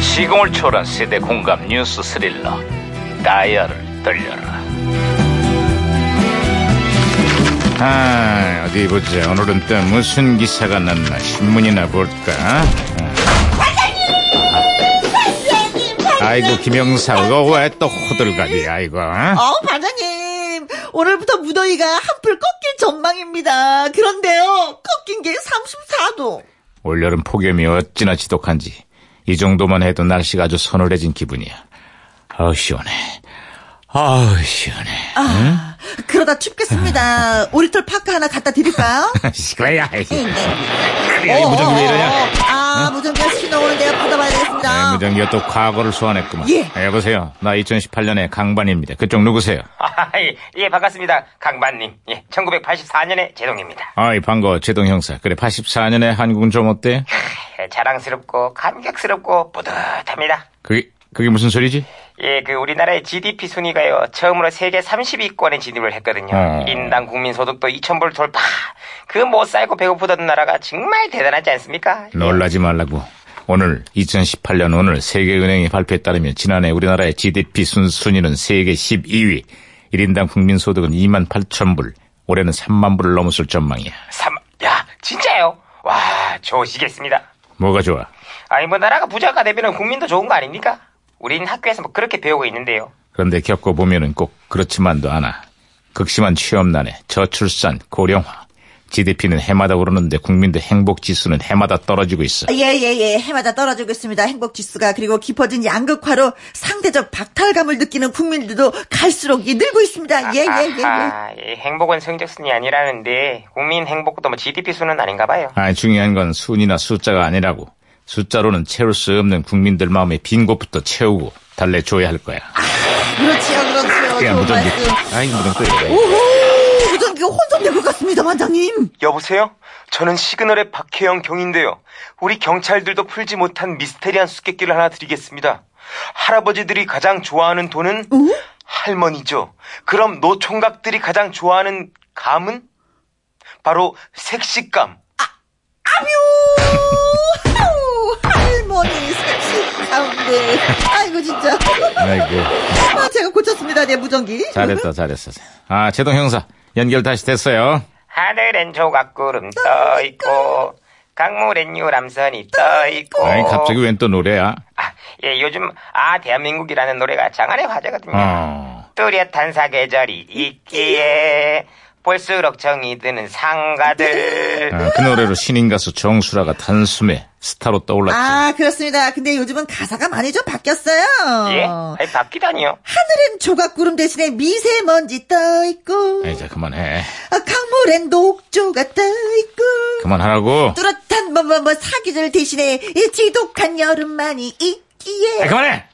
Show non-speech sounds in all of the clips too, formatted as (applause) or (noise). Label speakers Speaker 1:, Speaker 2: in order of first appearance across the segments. Speaker 1: 시공을 초월한 세대 공감 뉴스 스릴러 다이얼을 돌려라 아 어디 보자 오늘은 또 무슨 기사가 났나 신문이나 볼까 아이고 김영사 이거 왜 또 호들갑이야 이거 어?
Speaker 2: 어, 반장님. 오늘부터 무더위가 한풀 꺾일 전망입니다. 그런데요, 꺾인 게 34도.
Speaker 1: 올여름 폭염이 어찌나 지독한지 이 정도만 해도 날씨가 아주 서늘해진 기분이야 아우 시원해 아우 시원해
Speaker 2: 아,
Speaker 1: (laughs)
Speaker 2: 그러다 춥겠습니다. 오리털 파카 하나 갖다 드릴까요?
Speaker 1: 시끄러야
Speaker 2: 어,
Speaker 1: 그래
Speaker 2: 어,
Speaker 1: 무전기 왜
Speaker 2: 어,
Speaker 1: 이러냐
Speaker 2: 어. 아, 무전기가 신호 오는데요. 받아봐야 되겠습니다.
Speaker 1: 네, 무전기가 또 과거를 소환했구만 아,
Speaker 2: 예.
Speaker 1: 여보세요 나 2018년에 강반입니다 그쪽 누구세요
Speaker 3: 아, 예, 예, 반갑습니다. 강반님. 예, 1984년의 제동입니다.
Speaker 1: 아이 반가워 제동 형사 그래 84년에 한국은 좀 어때
Speaker 3: 예, 자랑스럽고 감격스럽고 뿌듯합니다.
Speaker 1: 그게 그게 무슨 소리지
Speaker 3: 예, 그 우리나라의 GDP 순위가요. 처음으로 세계 30위권에 진입을 했거든요.
Speaker 1: 어.
Speaker 3: 인당 국민 소득도 2,000불 돌파. 그 못 살고 배고프던 나라가 정말 대단하지 않습니까? 예.
Speaker 1: 놀라지 말라고. 오늘 2018년 오늘 세계은행이 발표에 따르면 지난해 우리나라의 GDP 순, 순위는 세계 12위. 1인당 국민소득은 2만 8천 불. 올해는 3만 불을 넘었을 전망이야.
Speaker 3: 삼, 야, 진짜요? 와, 좋으시겠습니다.
Speaker 1: 뭐가 좋아?
Speaker 3: 아니, 뭐, 나라가 부자가 되면 국민도 좋은 거 아닙니까? 우린 학교에서 뭐 그렇게 배우고 있는데요.
Speaker 1: 그런데 겪어보면은 꼭 그렇지만도 않아. 극심한 취업난에 저출산, 고령화. GDP는 해마다 오르는데 국민들 행복지수는 해마다 떨어지고 있어.
Speaker 2: 예, 예, 예. 해마다 떨어지고 있습니다. 행복 지수가. 그리고 깊어진 양극화로 상대적 박탈감을 느끼는 국민들도 갈수록 이 늘고 있습니다. 예, 예, 예, 예.
Speaker 3: 아하, 예, 행복은 성적순이 아니라는데 국민 행복도 뭐 GDP 수는 아닌가 봐요.
Speaker 1: 아, 중요한 건 순이나 숫자가 아니라고. 숫자로는 채울 수 없는 국민들 마음의 빈 곳부터 채우고 달래줘야 할 거야.
Speaker 2: 그렇지요, 그렇지요.
Speaker 1: 야,
Speaker 2: 좋은
Speaker 1: 무전기.
Speaker 2: 말씀.
Speaker 1: 아이, 무전기 또 이래.
Speaker 2: 오호! 무전기가 혼선된 것 같습니다, 반장님.
Speaker 3: 여보세요? 저는 시그널의 박혜영 경인데요. 우리 경찰들도 풀지 못한 미스테리한 수수께끼를 하나 드리겠습니다. 할아버지들이 가장 좋아하는 돈은 할머니죠. 그럼 노총각들이 가장 좋아하는 감은 바로 색식감.
Speaker 2: 아뮤! 아우, 할머니 섹시 가운데. 아이고, 진짜.
Speaker 1: 아이고,
Speaker 2: 아, 제가 고쳤습니다, 네, 무전기.
Speaker 1: 잘했다, 잘했어. 아, 제동 형사, 연결 다시 됐어요.
Speaker 3: 하늘엔 조각구름 떠 있고 강물엔 유람선이 떠 있고.
Speaker 1: 아이, 갑자기 웬 또 노래야?
Speaker 3: 아, 예, 요즘 아 대한민국이라는 노래가 장안의 화제거든요.
Speaker 1: 어.
Speaker 3: 뚜렷한 사계절이 있기에 볼수록 정이 드는 상가들.
Speaker 1: 아, 그 노래로 신인 가수 정수라가 단숨에 스타로 떠올랐지.
Speaker 2: 아, 그렇습니다. 근데 요즘은 가사가 많이 좀 바뀌었어요.
Speaker 3: 예? 아니, 바뀌다니요.
Speaker 2: 하늘엔 조각구름 대신에 미세먼지 떠있고,
Speaker 1: 아, 이제 그만해.
Speaker 2: 아, 강물엔 녹조가 떠있고,
Speaker 1: 그만하라고.
Speaker 2: 뚜렷한 뭐, 뭐, 뭐, 사계절 대신에 이 지독한 여름만이
Speaker 1: 아,
Speaker 2: 있기에.
Speaker 1: 그만해!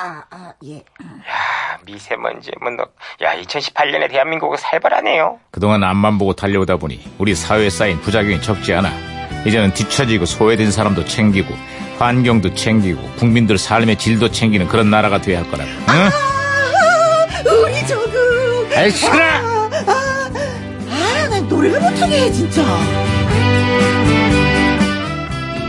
Speaker 2: 아, 아, 예.
Speaker 3: 야, 아, 미세먼지, 뭐, 너, 야, 2018년에 대한민국은 살벌하네요.
Speaker 1: 그동안 앞만 보고 달려오다 보니 우리 사회에 쌓인 부작용이 적지 않아. 이제는 뒤처지고 소외된 사람도 챙기고 환경도 챙기고 국민들 삶의 질도 챙기는 그런 나라가 돼야 할 거라고. 응?
Speaker 2: 아, 우리 조국.
Speaker 1: 아이, 시끄러!
Speaker 2: 아, 아, 아, 난 노래를 못하게 해, 진짜.